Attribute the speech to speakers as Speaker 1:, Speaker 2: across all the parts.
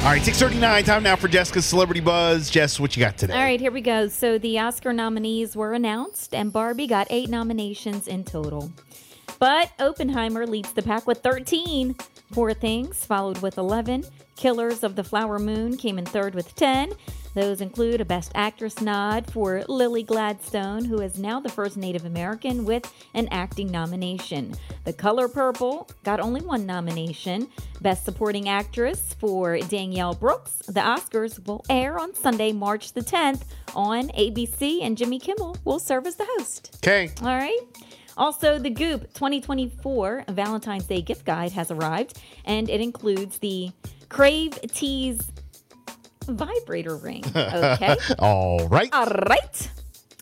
Speaker 1: All right, 639, time now for Jessica's Celebrity Buzz. Jess, what you got today?
Speaker 2: All right, here we go. So the Oscar nominees were announced, and Barbie got eight nominations in total. But Oppenheimer leads the pack with 13. Poor Things followed with 11. Killers of the Flower Moon came in third with 10. Those include a Best Actress nod for Lily Gladstone, who is now the first Native American with an acting nomination. The Color Purple got only one nomination. Best Supporting Actress for Danielle Brooks. The Oscars will air on Sunday, March the 10th on ABC, and Jimmy Kimmel will serve as the host.
Speaker 1: Okay.
Speaker 2: All right. Also, the Goop 2024 Valentine's Day gift guide has arrived, and it includes the Crave Tease vibrator ring. Okay.
Speaker 1: All right.
Speaker 2: All right.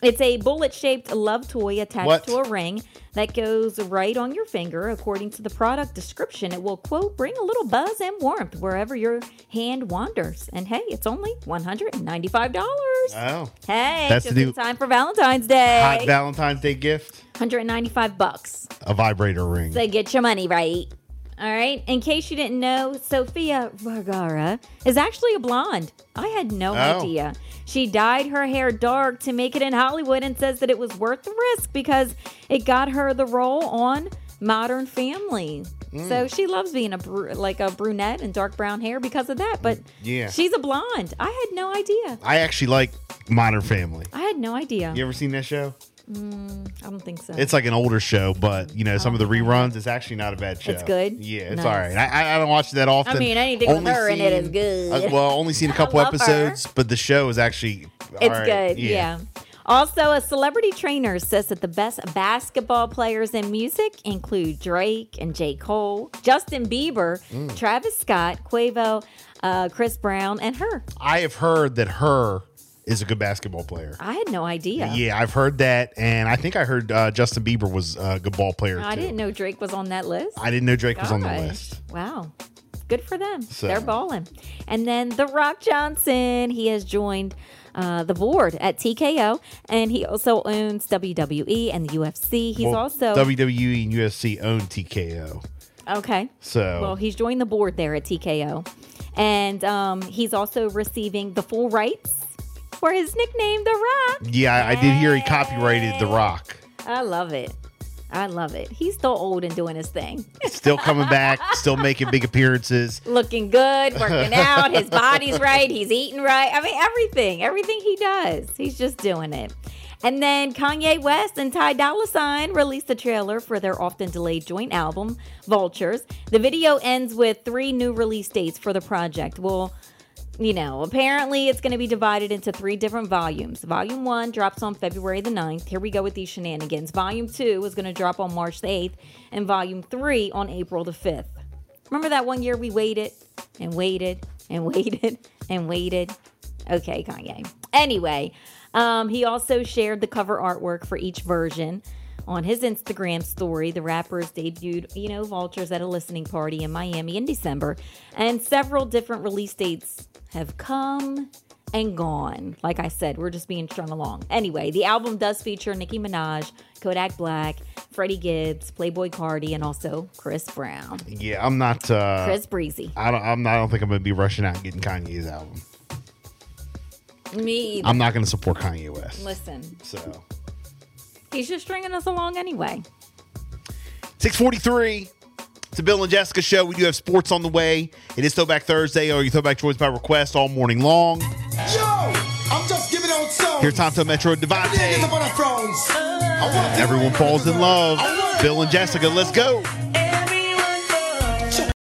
Speaker 2: It's a bullet shaped love toy attached
Speaker 1: What?
Speaker 2: to a ring that goes right on your finger. According to the product description, it will, quote, bring a little buzz and warmth wherever your hand wanders. And hey, it's only $195.
Speaker 1: Wow.
Speaker 2: hey,
Speaker 1: That's
Speaker 2: just
Speaker 1: the
Speaker 2: in
Speaker 1: new-
Speaker 2: time for Valentine's Day.
Speaker 1: Hot Valentine's Day gift,
Speaker 2: 195 bucks.
Speaker 1: a vibrator ring.
Speaker 2: So get your money right. All right. In case you didn't know, Sofia Vergara is actually a blonde. I had no
Speaker 1: Oh.
Speaker 2: idea. She dyed her hair dark to make it in Hollywood and says that it was worth the risk because it got her the role on Modern Family.
Speaker 1: Mm.
Speaker 2: So she loves being a br- like a brunette and dark brown hair because of that. But
Speaker 1: Yeah.
Speaker 2: she's a blonde. I had no idea.
Speaker 1: I actually like Modern Family.
Speaker 2: I had no idea.
Speaker 1: You ever seen that show?
Speaker 2: I don't think so.
Speaker 1: It's like an older show, but you know some of the reruns. It's actually not a bad show.
Speaker 2: Oh, It's good?
Speaker 1: Yeah, it's
Speaker 2: Nice.
Speaker 1: all right. I, I- I don't watch that often.
Speaker 2: mean, anything with her in it is good.
Speaker 1: uh, well, only seen a couple
Speaker 2: love her.
Speaker 1: episodes, but the show is actually all
Speaker 2: It's
Speaker 1: right.
Speaker 2: good. Yeah. Also, a celebrity trainer says that the best basketball players in music include Drake and J. Cole, Justin Bieber,
Speaker 1: Mm.
Speaker 2: Travis Scott, Quavo, uh, Chris Brown, and her.
Speaker 1: I have heard that her is a good basketball player.
Speaker 2: I had no idea.
Speaker 1: Yeah, I've heard that, and I think I heard uh, Justin Bieber was a good ball player.
Speaker 2: I
Speaker 1: too.
Speaker 2: didn't know Drake was on that list.
Speaker 1: I didn't know Drake was on the
Speaker 2: Gosh.
Speaker 1: list.
Speaker 2: Wow. Good for them.
Speaker 1: So-
Speaker 2: They're balling. And then The Rock Johnson, he has joined uh, the board at TKO, and he also owns WWE and the UFC. He's
Speaker 1: Well,
Speaker 2: also
Speaker 1: WWE and UFC own TKO.
Speaker 2: okay.
Speaker 1: So
Speaker 2: Well, he's joined the board there at TKO. And um, he's also receiving the full rights for his nickname, The Rock.
Speaker 1: yeah, I, I did hear he copyrighted The Rock.
Speaker 2: I love it. I love it. He's still old and doing his thing.
Speaker 1: Still coming back, still making big appearances.
Speaker 2: Looking good, working out, his body's right, he's eating right. I mean, everything, everything he does, he's just doing it. And then Kanye West and Ty Dolla Sign released a trailer for their often delayed joint album, Vultures. The video ends with three new release dates for the project. Well, you know, apparently it's going to be divided into three different volumes. Volume one drops on February the 9th. Here we go with these shenanigans. Volume two is going to drop on March the 8th, and volume three on April the 5th. Remember that one year we waited and waited and waited and waited? Okay, Kanye. Anyway, um, he also shared the cover artwork for each version. On his Instagram story, the rappers debuted, you know, Vultures at a listening party in Miami in December, and several different release dates have come and gone. Like I said, we're just being strung along. Anyway, the album does feature Nicki Minaj, Kodak Black, Freddie Gibbs, Playboy Cardi, and also Chris Brown.
Speaker 1: Yeah, I'm not. Uh,
Speaker 2: Chris Breezy.
Speaker 1: I don't. I'm not, I don't think I'm gonna be rushing out and getting Kanye's album.
Speaker 2: Me.
Speaker 1: I'm not gonna support Kanye West.
Speaker 2: Listen,
Speaker 1: So
Speaker 2: he's just stringing us along anyway.
Speaker 1: 643. It's a Bill and Jessica show. We do have sports on the way. It is Throwback Thursday, or your Throwback Choice by request all morning long.
Speaker 3: Yo, I'm just giving out songs.
Speaker 1: Here's Tonto Metro
Speaker 3: Niggas
Speaker 1: Devante.
Speaker 3: up on our phones. I want to-
Speaker 1: Everyone falls in love.
Speaker 3: I want-
Speaker 1: Bill and Jessica, let's go.
Speaker 3: Everybody